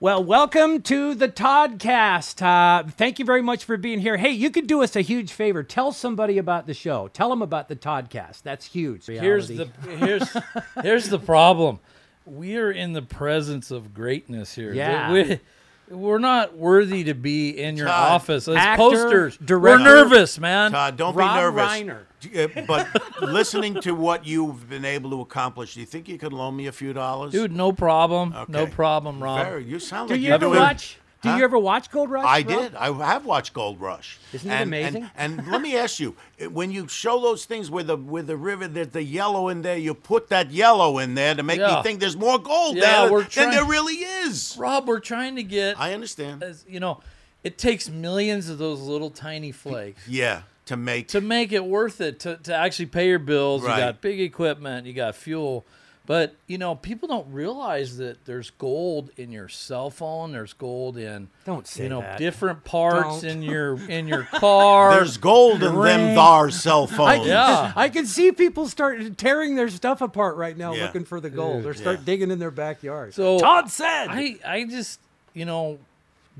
Well, welcome to the Toddcast. Uh, thank you very much for being here. Hey, you could do us a huge favor. Tell somebody about the show. Tell them about the Toddcast. That's huge. Here's the reality. here's here's the problem. We are in the presence of greatness here. Yeah. We, we're not worthy to be in your Todd, office as actor, posters. director. we're nervous, man. Todd, don't Rob be nervous. Reiner. D- uh, But listening to what you've been able to accomplish, do you think you could loan me a few dollars? Dude, no problem. No Okay. problem, Rob. Very- you sound Do like you you're ever doing- watch? Do you Huh? ever watch Gold Rush? I Rob? did. I have watched Gold Rush. Isn't it and, and- amazing? And, let me ask you, uh, when you show those things with the with the river, there's the yellow in there. You put that yellow in there to make Yeah. me think there's more gold Yeah, there we're than there trying- really is. Rob, we're trying to get I understand. as you know, it takes millions of those little tiny flakes. Yeah, to make to make it worth it to, to actually pay your bills Right. you got big equipment you got fuel but you know people don't realize that there's gold in your cell phone there's gold in Don't say you know that. different parts Don't. in your in your car there's gold in them thar cell phones. yeah I can see people start tearing their stuff apart right now, Yeah. looking for the gold, or start yeah. digging in their backyard. So- Todd said, I, I just, you know,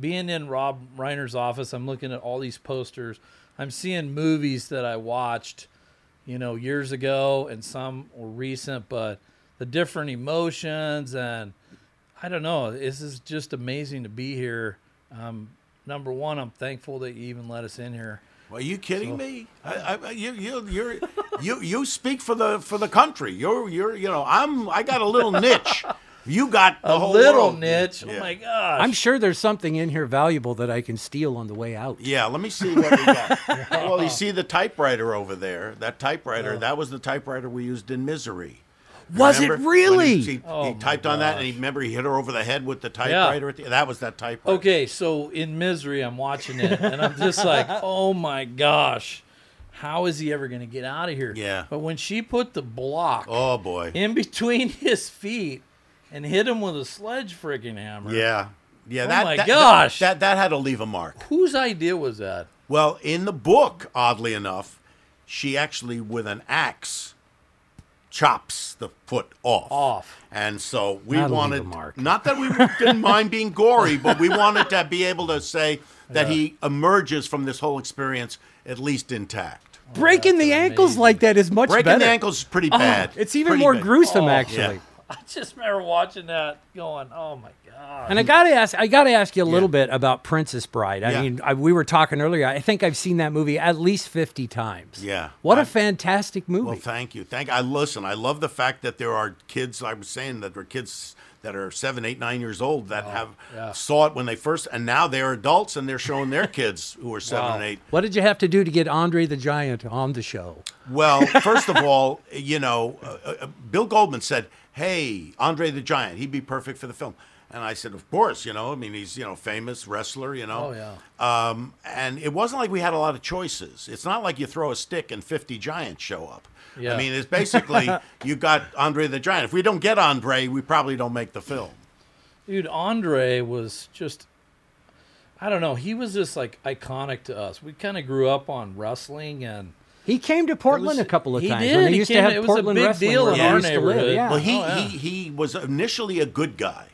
being in Rob Reiner's office, I'm looking at all these posters. I'm seeing movies that I watched, you know, years ago and some were recent, but the different emotions and I don't know. This is just amazing to be here. Um, number one, I'm thankful that you even let us in here. Are you kidding me? I, I, you, you, you're, you, you speak for the for the country. You're, you're, you know, I'm. I got a little niche. You got the A whole little world. niche. Yeah. Oh my gosh. I'm sure there's something in here valuable that I can steal on the way out. Yeah, let me see what we got. well, you see the typewriter over there. That typewriter. That was the typewriter we used in Misery. Was it Remember? When really? He, he, Oh he typed on that, and he remember he hit her over the head with the typewriter. At the, that was that typewriter. Okay, so in misery, I'm watching it, and I'm just like, oh my gosh, how is he ever going to get out of here? Yeah. But when she put the block Oh boy. in between his feet and hit him with a sledge freaking hammer, Yeah. Yeah. that, Oh my that- gosh. That, that that had to leave a mark. whose idea was that? Well, in the book, oddly enough, she actually, with an axe, chops the foot off. Off. And so we That'll leave a wanted, mark. not that we didn't mind being gory, but we wanted to be able to say that he emerges from this whole experience at least intact. Breaking the ankles amazing. like that is much Breaking better. Oh, the ankles is pretty bad. It's even Pretty more bad. gruesome, Oh, actually. yeah. I just remember watching that, going, oh my gosh. And I gotta ask, I gotta ask you a little bit about Princess Bride. I Yeah. mean, I, we were talking earlier. I think I've seen that movie at least fifty times. Yeah. what a I- fantastic movie! Well, thank you. Thank. I listen. I love the fact that there are kids. I was saying that there are kids that are seven, eight, nine years old that have Oh, yeah. saw it when they first, and now they're adults and they're showing their kids who are seven Wow. and eight. what did you have to do to get Andre the Giant on the show? Well, first of all, you know, uh, uh, Bill Goldman said, "Hey, Andre the Giant, he'd be perfect for the film." And I said, "Of course, you know. I mean, he's you know famous wrestler, you know." Oh, yeah. Um, and it wasn't like we had a lot of choices. It's not like you throw a stick and 50 giants show up. Yeah. I mean, it's basically you got Andre the Giant. If we don't get Andre, we probably don't make the film. Dude, Andre was just I don't know, he was just like iconic to us. We kind of grew up on wrestling and He came to It Portland a was- couple of he times Did. when they He used came- to have it was Portland a big wrestling deal where in I our used to live, neighborhood. yeah. Well, he, Oh, yeah. he he was initially a good guy,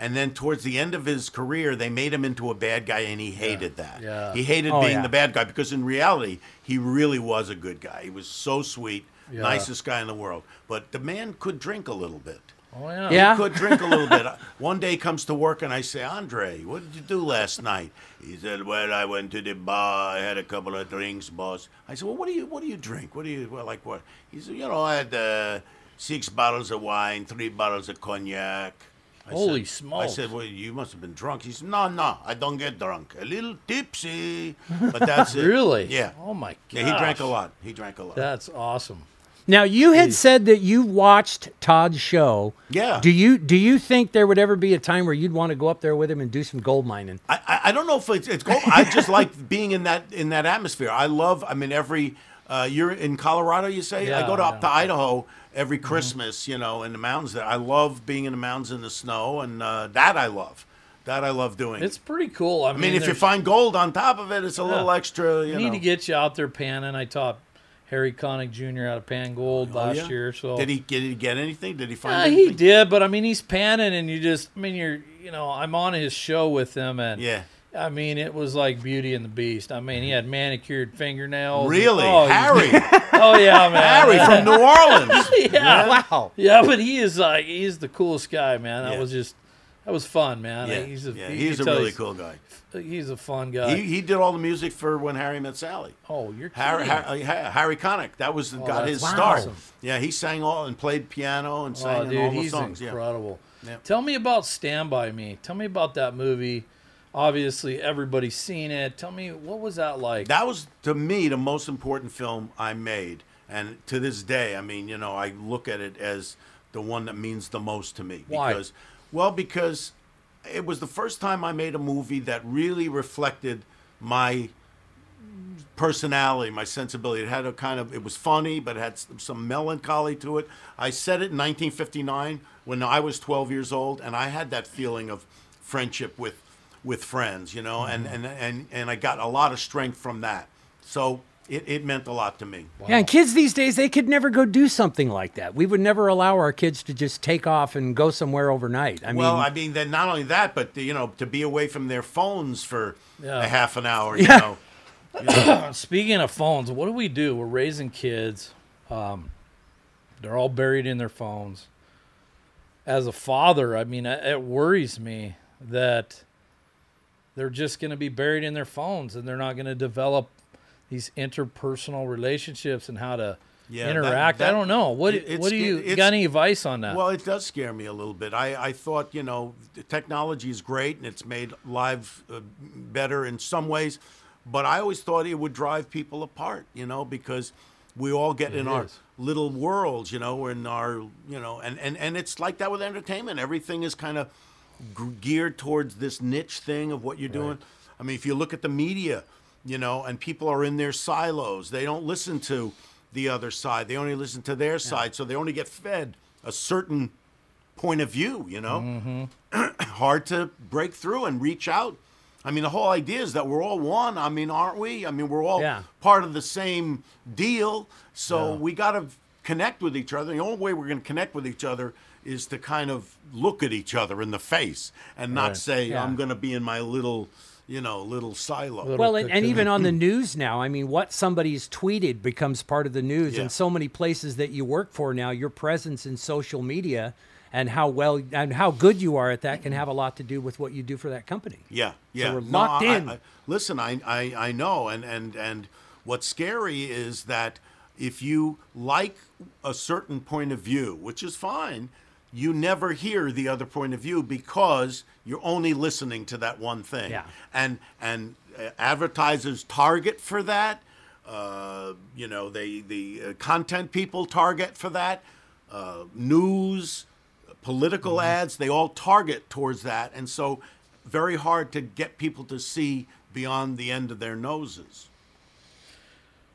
and then towards the end of his career, they made him into a bad guy, and he hated that. Yeah. He hated Oh, being yeah. the bad guy because in reality, he really was a good guy. He was so sweet, nicest guy in the world. But the man could drink a little bit. Oh yeah. Yeah. Could drink a little bit. One day comes to work and I say, Andre, what did you do last night? He said, Well, I went to the bar. I had a couple of drinks, boss. I said, Well, what do you what do you drink? What do you well, like? What? He said, You know, I had uh, six bottles of wine, three bottles of cognac. I Holy said, I smokes. said, Well, you must have been drunk. He said, No, no, I don't get drunk. A little tipsy, but that's it. Really? Yeah. Oh my god. Yeah, he drank a lot. He drank a lot. That's awesome. Now you had said that you watched Todd's show. Yeah. Do you do you think there would ever be a time where you'd want to go up there with him and do some gold mining? I, I- I don't know if it's, it's gold. I just like being in that in that atmosphere. I love. I mean, every uh, you're in Colorado. You say I Yeah, Mm-hmm. go to, up to yeah. Idaho every Christmas. You know, in the mountains there. I love being in the mountains in the snow, and uh, that I love. That I love doing. It's pretty cool. I, I mean, if you there's- find gold on top of it, it's a little Yeah. extra. You we need know. to get you out there panning. I taught Harry Connick Jr. out of Pan Gold Oh, last yeah? year. So did he get, did he get anything? Did he find Yeah, anything? he did, but I mean, he's panning, and you just, I mean, you're, you know, I'm on his show with him, and Yeah. I mean, it was like Beauty and the Beast. I mean, he had manicured fingernails. Really, Oh, he- Harry, Oh yeah, man. Harry from New Orleans. yeah. Wow. Yeah, but he is like he's the coolest guy, man. That Yeah. was just that was fun, man. Yeah, he's a you yeah, Uh, he's a can tell really cool guy. He's a fun guy. He, he did all the music for When Harry Met Sally. oh, you're Harry, kidding. Harry, Harry Connick, that was got Oh, that's his wow. start. awesome. Yeah, he sang all and played piano and sang Oh, in dude, all the he's songs. Yeah. incredible. Yeah. Tell me about Stand By Me. Tell me about that movie. Obviously, everybody's seen it. Tell me what was that like? That was to me the most important film I made, and to this day, I mean, you know, I look at it as the one that means the most to me. Why? Because, well, because it was the first time I made a movie that really reflected my personality, my sensibility. It had a kind of, it was funny, but it had some, some melancholy to it. I said it in 1959 when I was 12 years old, and I had that feeling of friendship with with friends, you know, Mm-hmm. and, and, and, and I got a lot of strength from that. So it, it meant a lot to me. Yeah, and kids these days, they could never go do something like that. We would never allow our kids to just take off and go somewhere overnight. I Well, mean, I mean, then not only that, but you know, to be away from their phones for Yeah. a half an hour, you Yeah. know. Speaking of phones, what do we do? We're raising kids. Um, they're all buried in their phones. As a father, I mean, it it worries me that they're just going to be buried in their phones and they're not going to develop these interpersonal relationships and how to Yeah, that- interact. I that- don't know. What it- it's what do you sca- it's- got any advice on that? Well, it does scare me a little bit. I, I thought, you know, the technology is great and it's made lives uh, better in some ways, but I always thought it would drive people apart, you know, because we all get in our is. little worlds, you know, we're in our, you know, and, and, and it's like that with entertainment. Everything is kind of g- geared towards this niche thing of what you're doing. I mean, if you look at the media, you know, and people are in their silos, they don't listen to the other side. They only listen to their side, so they only get fed a certain point of view. You know, hard to break through and reach out. I mean, the whole idea is that we're all one. I mean, aren't we? I mean, we're all Yeah. part of the same deal. So we got to connect with each other. The only way we're going to connect with each other is to kind of look at each other in the face and not say, Yeah. I'm going to be in my little, you know, little silo. well, and, and even on the news now, I mean, what somebody's tweeted becomes part of the news. Yeah. And so many places that you work for now, your presence in social media and how well and how good you are at that can have a lot to do with what you do for that company. Yeah, yeah. we're locked I- in. I- listen, I, I, I know, and, and, and what's scary is that if you like a certain point of view, which is fine, you never hear the other point of view because you're only listening to that one thing. Yeah. And and uh, advertisers target for that. Uh, you know, they the uh, content people target for that. Uh, news, political ads, they all target towards that, and so very hard to get people to see beyond the end of their noses.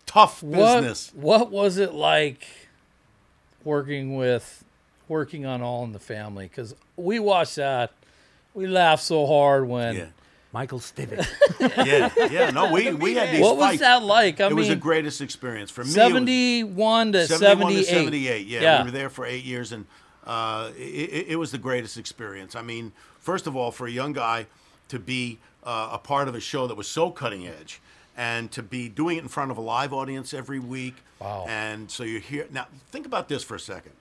Tough what, business. What was it like working with working on All in the Family? Because we watched that, we laughed so hard when. Yeah. Michael Stivic. Yeah, yeah. No, we, we had these What was fights. that like? I it was the mean, greatest experience for me. it was- seventy-one to 71 seventy-eight. to 78. Yeah, we were there for eight years, and uh, it, it was the greatest experience. I mean, first of all, for a young guy to be uh, a part of a show that was so cutting edge, and to be doing it in front of a live audience every week. Wow. And so you're here. Now, think about this for a second.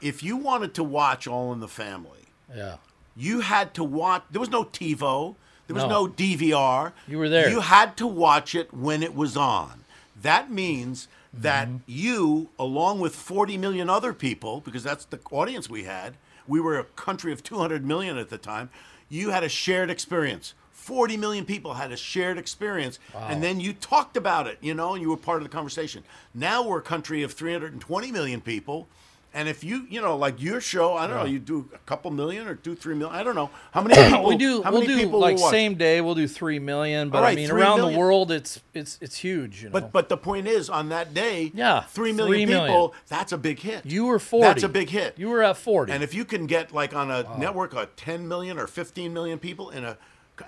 If you wanted to watch All in the Family, Yeah. you had to watch. There was no TiVo. There was No. no. DVR. You were there. You had to watch it when it was on. That means that Mm-hmm. you, along with 40 million other people, because that's the audience we had, we were a country of 200 million at the time, you had a shared experience. 40 million people had a shared experience. And then you talked about it, you know, and you were part of the conversation. Now we're a country of 320 million people. And if you, you know, like your show, I don't know, you do a couple million or two, three million, I don't know. How many people? We do. Oh, how We'll many do people like will watch? same day. We'll do three million. But All I right, mean, three around the million. world, it's it's it's huge. You know. But but the point is, on that day, Yeah, three three million million. people. That's a big hit. you were forty. That's a big hit. You were at forty. and if you can get like on a network of ten million or fifteen million people in a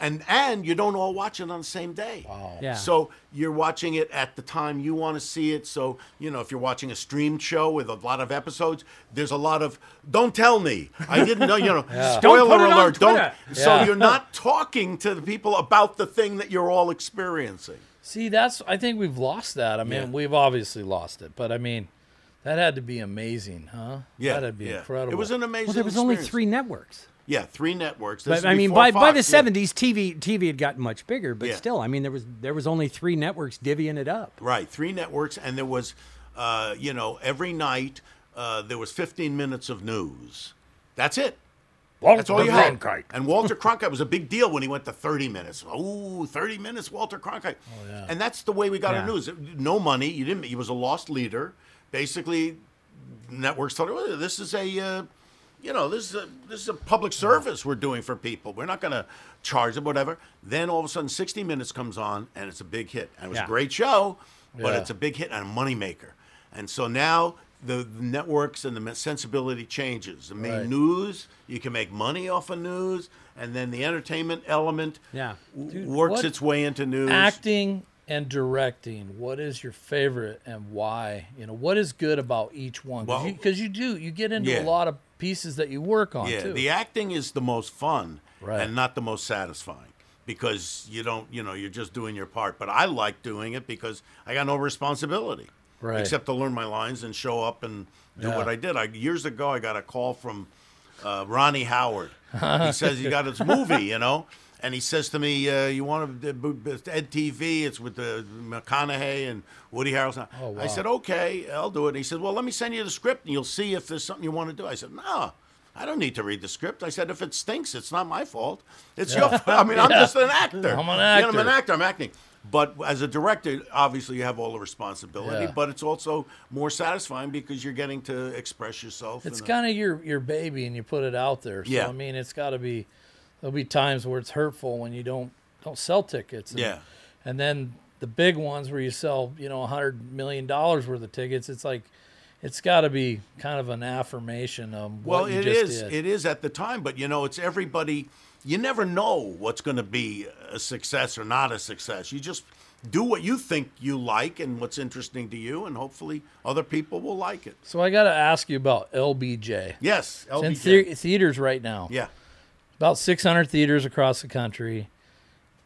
and and you don't all watch it on the same day. Wow. Yeah. So you're watching it at the time you want to see it. So you know if you're watching a streamed show with a lot of episodes, there's a lot of don't tell me. I didn't know. You know, Don't spoiler put it on alert. Don't. Twitter. So Yeah. you're not talking to the people about the thing that you're all experiencing. See, that's I think we've lost that. I mean, Yeah. we've obviously lost it, but I mean, that had to be amazing, huh? Yeah, that'd be yeah. incredible. It was an amazing. Well, there was only experience. three networks. Yeah, three networks. This But is I mean, before by, by the Fox, yeah. '70s, TV TV had gotten much bigger, but Yeah. still, I mean, there was there was only three networks divvying it up. Right, three networks, and there was, uh, you know, every night uh, there was 15 minutes of news. That's it. That's all you had. And Walter Cronkite was a big deal when he went to 30 minutes. Ooh, 30 minutes, Walter Cronkite. Oh, yeah. And that's the way we got Yeah. our news. No money. You didn't. He was a lost leader. Basically, networks thought, well, this is a, uh, you know, this is a, this is a public service we're doing for people. We're not going to charge them, whatever. Then all of a sudden, 60 Minutes comes on, and it's a big hit. And it was Yeah. a great show, but Yeah. it's a big hit and a moneymaker. And so now the networks and the sensibility changes. The main Right. news, you can make money off of news, and then the entertainment element Yeah. w- works what its way into news. acting and directing what is your favorite and why you know what is good about each one because Well- you, 'cause you do you get into Yeah. a lot of pieces that you work on yeah, too the acting is the most fun Right. and not the most satisfying because you don't, you know, you're just doing your part. But I like doing it because I got no responsibility. Right. Except to learn my lines and show up and do Yeah. what I did. I, years ago, I got a call from uh, Ronnie Howard. He says he got his movie, you know, and he says to me, uh, "You want to Ed TV? It's with uh, McConaughey and Woody Harrelson." Oh, I said, "Okay, I'll do it." And he said, "Well, let me send you the script, and you'll see if there's something you want to do." I said, "No." I don't need to read the script. I said, if it stinks, it's not my fault. It's your fault. I mean, I'm just an actor. I'm an You know, I'm actor. an actor. I'm acting. But as a director, obviously you have all the responsibility, Yeah. but it's also more satisfying because you're getting to express yourself. it's in a- kind of your your baby and you put it out there so Yeah. i mean it's got to be there'll be times where it's hurtful when you don't don't sell tickets and, Yeah. and then the big ones where you sell you know a hundred million dollars worth of tickets it's like it's got to be kind of an affirmation of Well, what you it just is. did. It is at the time, but you know, it's everybody. You never know what's going to be a success or not a success. You just do what you think you like and what's interesting to you, and hopefully other people will like it. so i got to ask you about lbj Yes, It's in LBJ. thea- theaters right now. yeah, About 600 theaters across the country.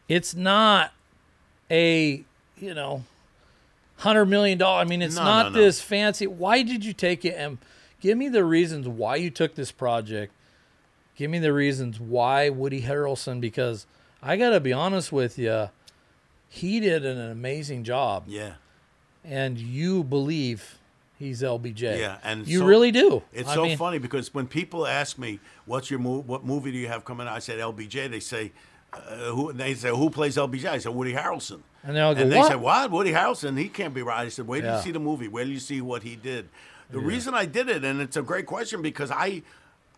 It's not a, you know, $100 million. I mean, it's No, not no, no. this fancy. Why did you take it? And give me the reasons why you took this project. Give me the reasons why Woody Harrelson, because I got to be honest with you, he did an amazing job. yeah. And you believe he's LBJ. Yeah, and you so- really do. It's I so mean, funny because when people ask me, "What's your movie? What movie do you have coming out?" I said LBJ. They say, uh, "Who?" They say, "Who plays LBJ?" I said, "Woody Harrelson." And they'll go, And they "What?" said, "What? Woody Harrelson? He can't be right." I said, "Wait till Yeah. you see the movie. Wait till you see what he did." The reason I did it, and it's a great question because I.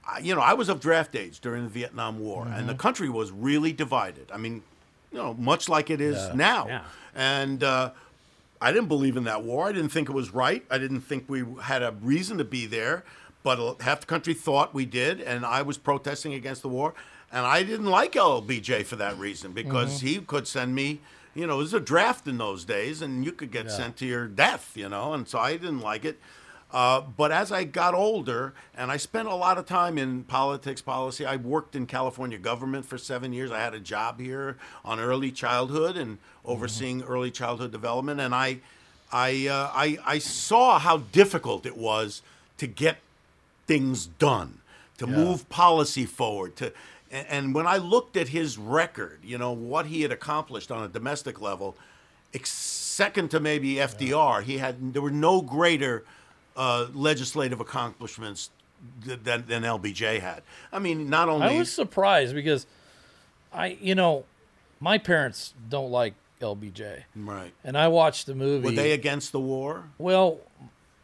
I- You know, I was of draft age during the Vietnam War, and the country was really divided. I mean, you know, much like it is now. Yeah. And uh, I didn't believe in that war. I didn't think it was right. I didn't think we had a reason to be there, but l- half the country thought we did, and I was protesting against the war. And I didn't like LBJ for that reason because he could send me, you know, it was a draft in those days, and you could get sent to your death, you know, and so I didn't like it. Uh, but as I got older, and I spent a lot of time in politics, policy, I worked in California government for seven years. I had a job here on early childhood and overseeing early childhood development, and I, I, uh, I, I saw how difficult it was to get things done, to move policy forward. To and, and when I looked at his record, you know what he had accomplished on a domestic level, ex- second to maybe FDR. He had there were no greater uh, legislative accomplishments th- than, than LBJ had. I mean, not only I was surprised because I, you know, my parents don't like LBJ, right. and I watched the movie. Were they against the war? well,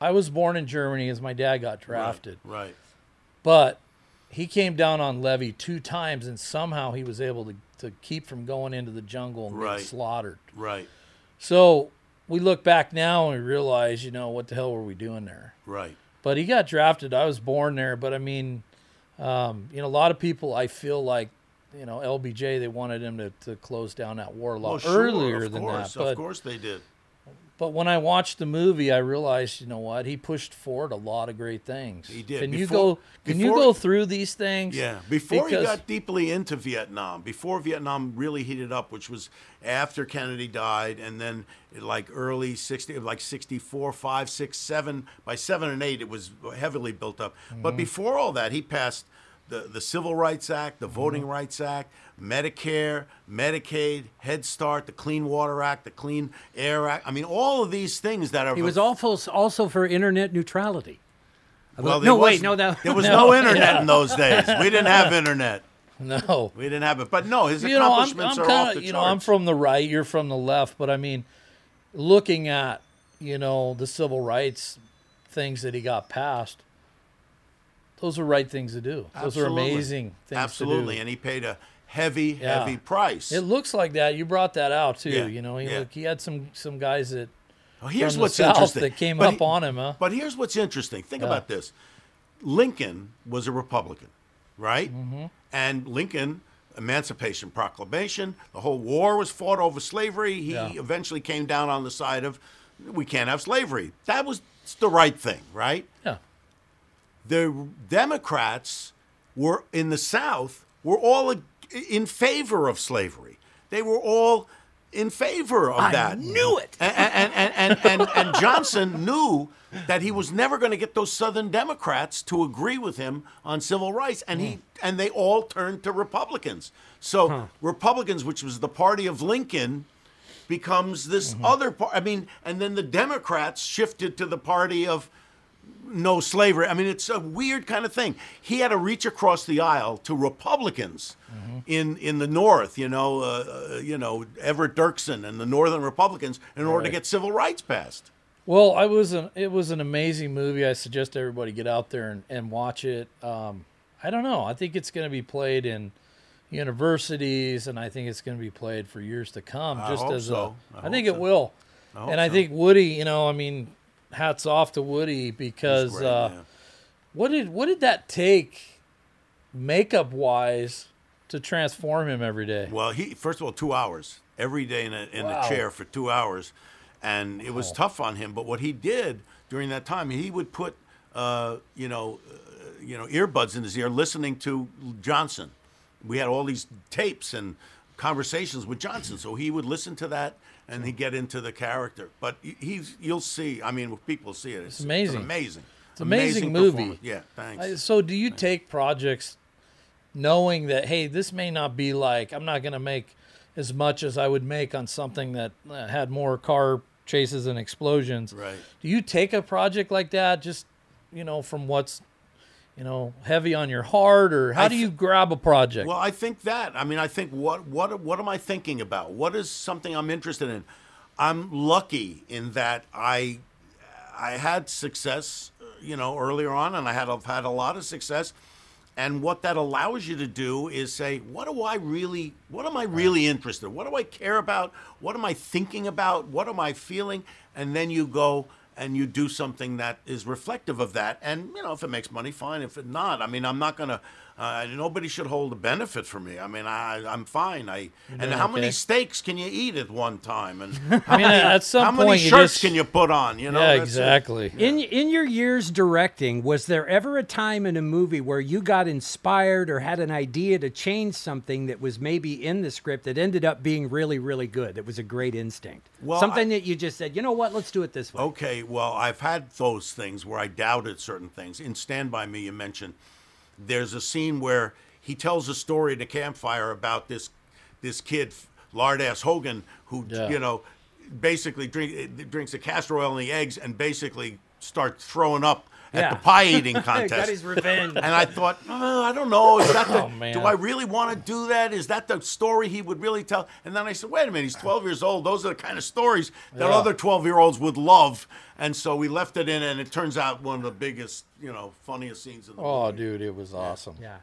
I was born in Germany as my dad got drafted, Right. but he came down on Levy two times, and somehow he was able to, to keep from going into the jungle and Right. being slaughtered. Right. So we look back now and we realize, you know, what the hell were we doing there? Right. but he got drafted. I was born there, but I mean, um, you know, a lot of people I feel like you know, LBJ, they wanted him to, to close down that war a lot Well, sure, earlier of than course, that. But, of course they did. but when I watched the movie, I realized, you know what? He pushed forward a lot of great things. He did. Can you Before- go? Can you before- go through these things? Yeah, before Because- he got deeply into Vietnam, before Vietnam really heated up, which was after Kennedy died, and then like early 60, like 64, 5, 6, 7, by 7 and 8, it was heavily built up. Mm-hmm. But before all that, he passed the, the Civil Rights Act, Mm-hmm. the Voting Rights Act, Medicare, Medicaid, Head Start, the Clean Water Act, the Clean Air Act. I mean, all of these things that are. He was awful also for internet neutrality. well, no, there wait, was- no, that- There was no, no, internet in those days. We didn't have internet. no. We didn't have it, but no, his You know, I'm, accomplishments I'm are off kind the of you know I'm charts. from the right, you're from the left, but I mean, looking at you know the civil rights things that he got passed, those are right things to do. Those are Absolutely. amazing things Absolutely, to do. and he paid a heavy, Yeah. heavy price. It looks like that. You brought that out too. Yeah, You know, he, yeah. look, he had some some guys that Well, here's from the what's South interesting that came But up on him, huh? But here's what's interesting. Think about this: Lincoln was a Republican, right? Mm-hmm. And Lincoln. Emancipation Proclamation. The whole war was fought over slavery. He Yeah. eventually came down on the side of, we can't have slavery. That was the right thing, right? yeah. the Democrats were in the South were all in favor of slavery. They were all in favor of that. knew it. And and, and, and, and, and Johnson knew that he was never going to get those Southern Democrats to agree with him on civil rights, and Hmm. he and they all turned to Republicans. So Republicans, which was the party of Lincoln, becomes this Mm-hmm. other part. I mean, and then the Democrats shifted to the party of no slavery. I mean, it's a weird kind of thing. He had to reach across the aisle to Republicans Mm-hmm. in in the North. You know, uh, uh, you know Everett Dirksen and the Northern Republicans in order to Right. get civil rights passed. Well, I was an, it was an amazing movie. I suggest everybody get out there and, and watch it. Um, I don't know. I think it's going to be played in universities, and I think it's going to be played for years to come. I just hope as so. a, I I hope think it so. will. hope and I so. think Woody. You know, I mean, hats off to Woody because Great, uh, yeah. what did what did that take, makeup wise, to transform him every day? Well, he first of all two hours every day in a, in Wow. a chair for two hours, and it was tough on him. But what he did during that time, he would put uh, you know uh, you know earbuds in his ear, listening to Johnson. We had all these tapes and conversations with Johnson, so he would listen to that and he would get into the character. But he- he's you'll see. I mean, people see it. It's, it's an amazing. amazing. It's an amazing movie. Yeah, thanks. I- So, do you take projects knowing that hey, this may not be like I'm not going to make as much as I would make on something that uh, had more car chases and explosions? Right. Do you take a project like that just you know from what's you know heavy on your heart, or how do you grab a project? Well, I think that. I mean, I think what what what am I thinking about? What is something I'm interested in? I'm lucky in that I I had success, uh, you know, earlier on, and I had I've had a lot of success. And what that allows you to do is say, what do I really, what am I really interested? in? What do I care about? What am I thinking about? What am I feeling? And then you go and you do something that is reflective of that. And you know, if it makes money, fine. If it not, I mean, I'm not gonna. Uh, nobody should hold a benefit from me. I mean, I, I'm fine. I and how okay. many steaks can you eat at one time? And I mean, at some how point many you shirts just- can you put on? You know, yeah, that's it. exactly. In in your years directing, was there ever a time in a movie where you got inspired or had an idea to change something that was maybe in the script that ended up being really really good? That was a great instinct. Well, Oh, something that you just said, you know what? Let's do it this way. Okay, well, I've had those things where I doubted certain things. In Stand By Me, you mentioned there's a scene where he tells a story at a campfire about this this kid, lard ass Hogan, who Yeah. you know basically drink, eh, drinks the castor oil and the eggs, and basically starts throwing up at Yeah. the pie eating Hey, contest. got his revenge. And I thought, "Uh, I don't know. Is that the, Oh, man. do I really want to do that? Is that the story he would really tell? And then I said, wait a minute, he's 12 years old. Those are the kind of stories that Yeah. other 12 year olds would love. And so we left it in, and it turns out one of the biggest, you know, funniest scenes in the Oh, movie. dude, it was awesome. Yeah.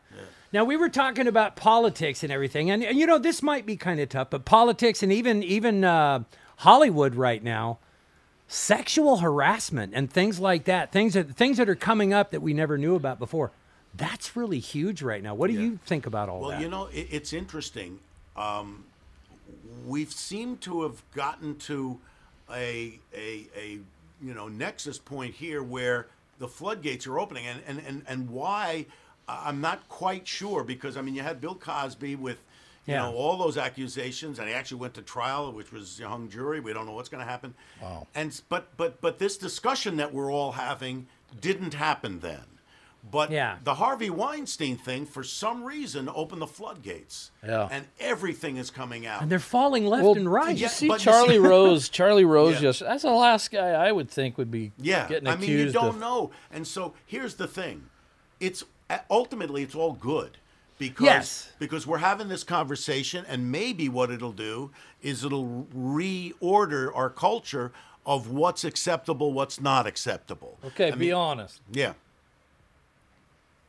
Now we were talking about politics and everything, and, and you know this might be kind of tough, but politics and even even uh, Hollywood right now, sexual harassment and things like that, things that things that are coming up that we never knew about before. That's really huge right now. What do you think about all Well, that? you know, it, it's interesting. Um, we've seemed to have gotten to a, a a you know nexus point here where the floodgates are opening, and and and, and why I- I'm not quite sure because I mean you had Bill Cosby with. You Yeah. know all those accusations, and he actually went to trial, which was a hung jury. We don't know what's going to happen. Wow. And s- but but but this discussion that we're all having didn't happen then. But Yeah. the Harvey Weinstein thing, for some reason, opened the floodgates. Yeah. And everything is coming out. and they're falling left and right. Did you yeah, see but you Charlie see- Rose? Charlie Rose. Yeah. Yes, that's the last guy I would think would be yeah. getting I accused. mean, you don't of, know. And so here's the thing. It's ultimately it's all good because Yes. because we're having this conversation and maybe what it'll do is it'll reorder our culture of what's acceptable, what's not acceptable. Okay, I be mean, honest. Yeah.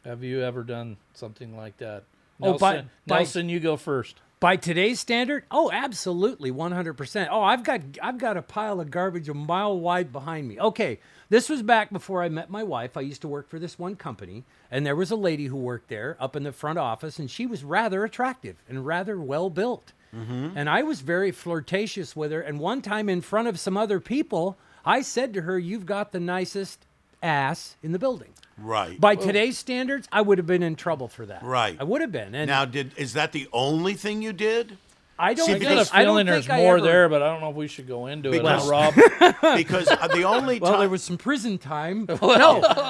Have you ever done something like that? Oh, by- Nelson, by- Nelson, you go first. By today's standard, oh, absolutely, one hundred percent. Oh, I've got I've got a pile of garbage a mile wide behind me. Okay, this was back before I met my wife. I used to work for this one company, and there was a lady who worked there up in the front office, and she was rather attractive and rather well built, Mm-hmm. and I was very flirtatious with her. And one time, in front of some other people, I said to her, "You've got the nicest ass in the building." Right. By today's standards, I would have been in trouble for that. Right. I would have been. And now did is that the only thing you did? I don't. See, I think- got a Because- I don't feeling there's think I more ever- there, but I don't know if we should go into it. Because- Now, Rob, Because uh, the only Well, time there was some prison time. no,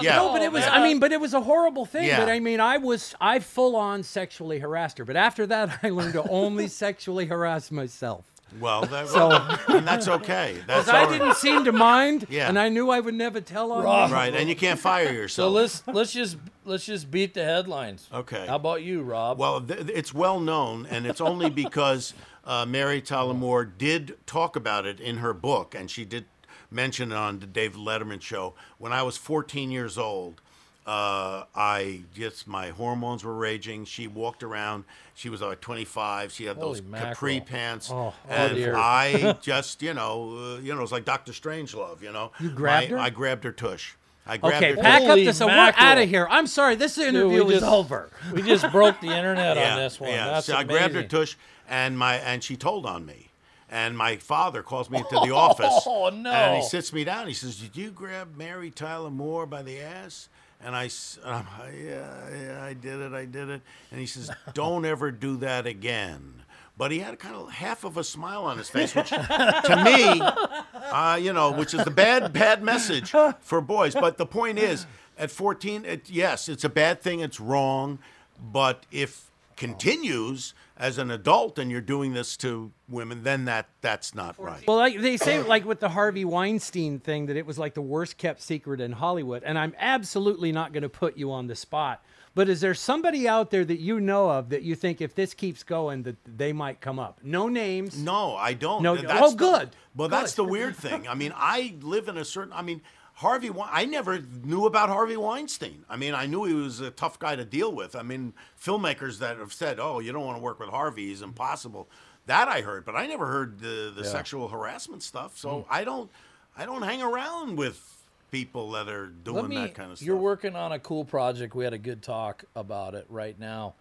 Yeah. no, but it was. I mean, but it was a horrible thing. oh, Yeah. But I mean, I was I full on sexually harassed her. But after that, I learned to only sexually harass myself. Well, that, and that's okay. That's 'Cause all I right. didn't seem to mind, Yeah. and I knew I would never tell on Rob. you. right, and you can't fire so yourself. let's let's just let's just beat the headlines. Okay. How about you, Rob? well, th- it's well known, and it's only because uh, Mary Tyler-Moore did talk about it in her book, and she did mention it on the David Letterman show. When I was 14 years old, uh, I just my hormones were raging. She walked around. She was like 25. She had Holy those capri mackerel. pants, Oh, oh and dear. I just, you know, uh, you know, it's like Doctor Strangelove. You know, you grabbed her? I grabbed her tush. I grabbed Okay, her pack up Holy this. and We're mackerel. out of here. I'm sorry. This interview we is just- over. we just broke the internet on this one. That's so I grabbed her amazing. tush and my and she told on me. And my father calls me into the office. Oh, And he no. sits me down. He says, "Did you grab Mary Tyler Moore by the ass?" And I, s- and I'm, like, yeah, yeah, I did it, I did it. And he says, "Don't ever do that again." But he had a kind of half of a smile on his face, which to me, uh, you know, which is the bad, bad message for boys. But the point is, at 14, it, yes, it's a bad thing, it's wrong. But if continues as an adult and you're doing this to women, then that that's not right. Well, like they say, like with the Harvey Weinstein thing, that it was like the worst kept secret in Hollywood. And I'm absolutely not going to put you on the spot. But is there somebody out there that you know of that you think if this keeps going that they might come up? No names. No, I don't. No, Th- no. that's Oh, the- good. Well, that's the weird thing. I mean, I live in a certain. I mean, Harvey. Wein- I never knew about Harvey Weinstein. I mean, I knew he was a tough guy to deal with. I mean, filmmakers that have said, "Oh, you don't want to work with Harvey. He's impossible." That I heard, but I never heard the the sexual harassment stuff. So I don't. I don't hang around with people that are doing Let me, that kind of stuff. You're working on a cool project. We had a good talk about it right now.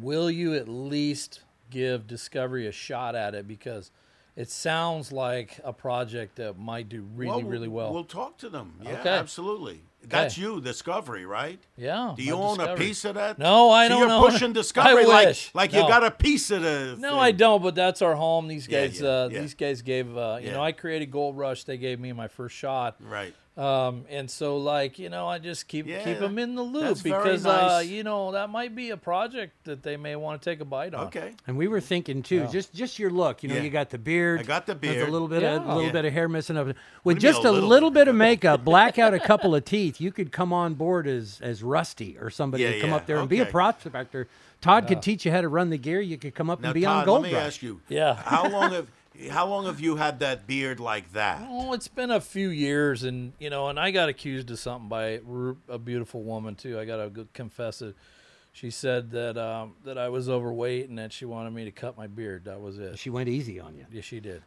Will you at least give Discovery a shot at it? Because it sounds like a project that might do really, really well. We'll talk to them. Yeah, Okay. absolutely. That's you, Discovery, right? yeah. Do you my own a Discovery. piece of that? No, I So don't You're own it. pushing I Discovery like wish. like No. you got a piece of the. No, I don't. But that's our home. These Yeah, guys, yeah, uh, yeah. these guys gave. Uh, you Yeah. know, I created Gold Rush. They gave me my first shot. Right. Um, and so like you know, I just keep keep 'em Yeah, keep them in the loop that's very because uh, nice. you know that might be a project that they may want to take a bite on. Okay. And we were thinking too, just just your look. You know, Yeah. you got the beard. I got the there's beard. a little bit of Yeah. little Yeah. bit of hair missing up. With do you mean just a a little little, bit of makeup, black out a couple of teeth, you could come on board as as Rusty or somebody Yeah, to come yeah, up there and be a okay. prospector. Todd could teach you how to run the gear. You could come up Now, and be Todd, on Gold let me Rush. ask you. Yeah. How long have how long have you had that beard like that? Oh, it's been a few years, and you know, and I got accused of something by r- a beautiful woman too. I got to confess it. She said that um, that I was overweight and that she wanted me to cut my beard. That was it. She went easy on you. Yeah, she did.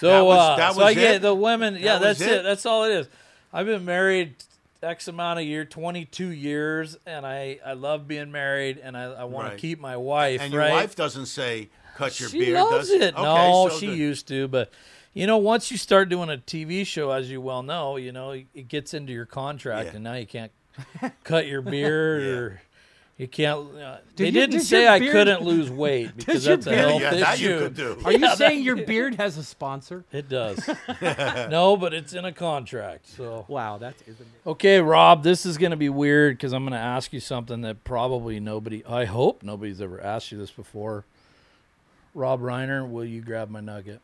so, was- uh, that so I was get it? the women. Yeah, That was that's it? it? That's all it is. I've been married. X amount of year, 22 years, and I, I love being married, and I, I want Right. to keep my wife. And your right? wife doesn't say cut your she beard, loves does she? it. Okay, no, so she good. used to, but you know, once you start doing a TV show, as you well know, you know it gets into your contract, Yeah. and now you can't cut your beard Yeah. or. You can't. Uh, you- they didn't does say your I beard- couldn't lose weight because your that's a beard- health Yeah, that issue. you could do. Are you saying your beard has a sponsor? It does. no, but it's in a contract. So Wow, that is amazing. okay, Rob, this is going to be weird because I'm going to ask you something that probably nobody. I hope nobody's ever asked you this before. Rob Reiner, will you grab my nugget?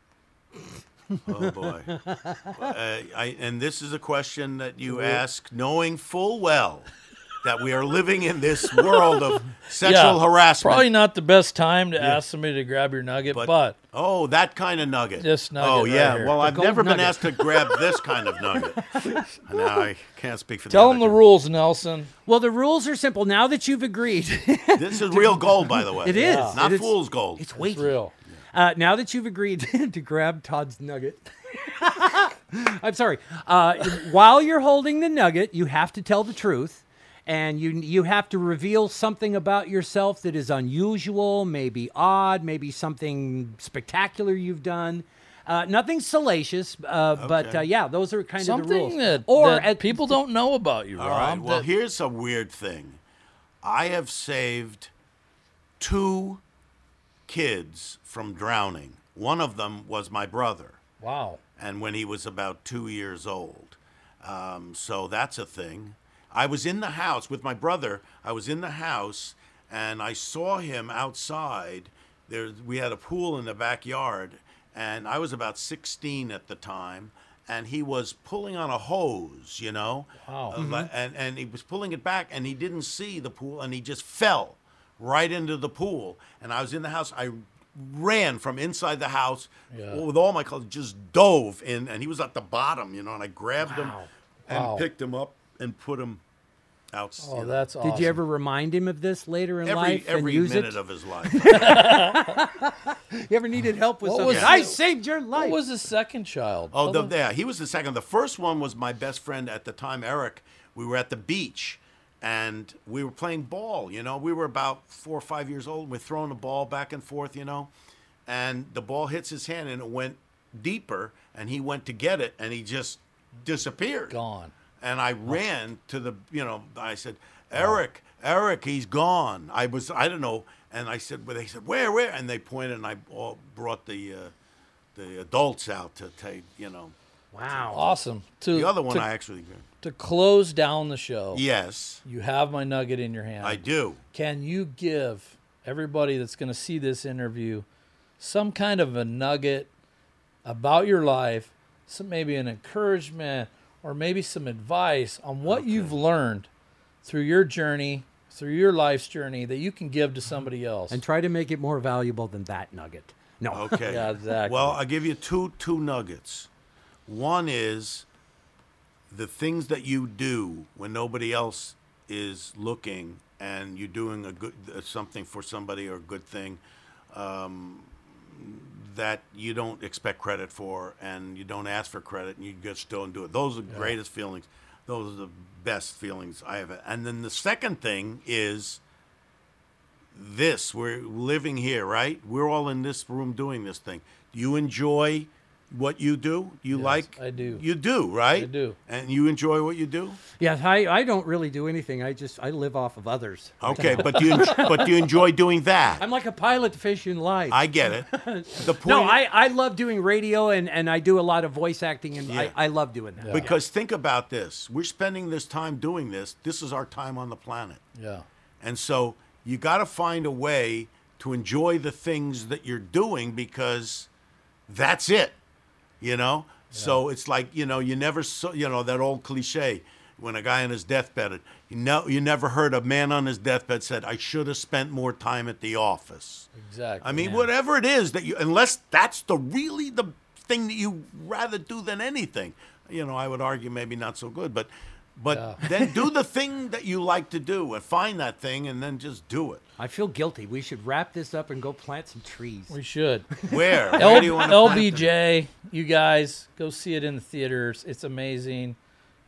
Oh boy. uh, I, and this is a question that you ask knowing full well that we are living in this world of sexual harassment. Probably not the best time to ask somebody to grab your nugget, But- but, Oh, that kind of nugget. This nugget Oh right yeah. here. Well, The I've gold never been nugget. asked to grab this kind of nugget. now I can't speak for tell the them the other rules, Nelson. Well, the rules are simple. Now that you've agreed, guy. This is real gold, by the way. It is. Not It is- fool's gold. it's weighty. It's real. Uh, now that you've agreed to grab Todd's nugget, I'm sorry. Uh, while you're holding the nugget, you have to tell the truth, and you you have to reveal something about yourself that is unusual, maybe odd, maybe something spectacular you've done. Uh, nothing salacious, uh, but Okay. uh, yeah, those are kind of the rules. Something that, or that at- people don't know about you, All Rob. right. Well, that- here's a weird thing. I have saved two kids from drowning. One of them was my brother. wow. and when he was about two years old. Um, so that's a thing. I was in the house with my brother. I was in the house and I saw him outside. There, we had a pool in the backyard, and I was about 16 at the time. And he was pulling on a hose, you know? Wow. Uh, li- And, and he was pulling it back, and he didn't see the pool, and he just fell right into the pool. And I was in the house. I ran from inside the house Yeah. with all my clothes, just dove in, and he was at the bottom, you know, and I grabbed him Wow. and Wow. picked him up and put him out. you Oh, know, that's awesome. Did you ever remind him of this later in every life every and use it? minute of his life. I don't- you ever needed help with What something? was I the- saved your life. What was the second child? oh, the, Tell them- yeah, he was the second. The first one was my best friend at the time, Eric. We were at the beach. And we were playing ball, you know. We were about four or five years old. And we're throwing the ball back and forth, you know. And the ball hits his hand and it went deeper. And he went to get it and he just disappeared. gone. and I ran to the you know I said Eric Eric he's gone I was I don't know and I said well they said where where and they pointed and I all brought the uh, the adults out to take you know wow. Awesome. To the other one to, I actually to close down the show. yes You have my nugget in your hand. I do Can you give everybody that's going to see this interview some kind of a nugget about your life, some maybe an encouragement or maybe some advice on what you've learned through your journey, through your life's journey that you can give to somebody else? and try to make it more valuable than that nugget. No. okay Yeah, exactly. well I'll give you two two nuggets one is the things that you do when nobody else is looking and you're doing a good something for somebody or a good thing that you don't expect credit for and you don't ask for credit and you just don't do it. Those are the greatest feelings. Those are the best feelings I have. And then the second thing is this we're living here, right? We're all in this room doing this thing. Do you enjoy what you do? You like? I do. You do, right? I do. And you enjoy what you do? Yes, I, I don't really do anything. I just I live off of others. Okay, but do you en- but do you enjoy doing that? I'm like a pilot fish in life. I get it. The point no, I, I love doing radio and, and I do a lot of voice acting and Yeah. I, I love doing that. Because think about this. We're spending this time doing this. This is our time on the planet. yeah. And so you got to find a way to enjoy the things that you're doing because that's it, you know? So it's like, you know, you never saw, you know, that old cliche when a guy on his deathbed, you know, you never heard a man on his deathbed said, I should have spent more time at the office. Exactly. I mean, man. whatever it is that you, unless that's the really the thing that you rather do than anything, you know, I would argue maybe not so good, but, but then do the thing that you like to do and find that thing and then just do it. I feel guilty. We should wrap this up and go plant some trees. We should. Where? L- Where do you want to LBJ, you guys go see it in the theaters. It's amazing.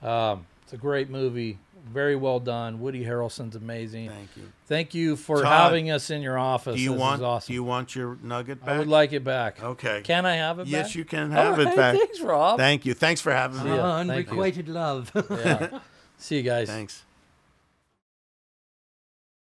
Um, It's a great movie. Very well done. Woody Harrelson's amazing. Thank you. Thank you for Todd, having us in your office. Do you this want? is awesome. Do you want your nugget back? I would like it back. Okay. Can I have it back? yes, you can have All it right, back. Thanks, Rob. Thank you. Thanks for having me. ya. Thank you. Unrequited love. Yeah. See you guys. Thanks.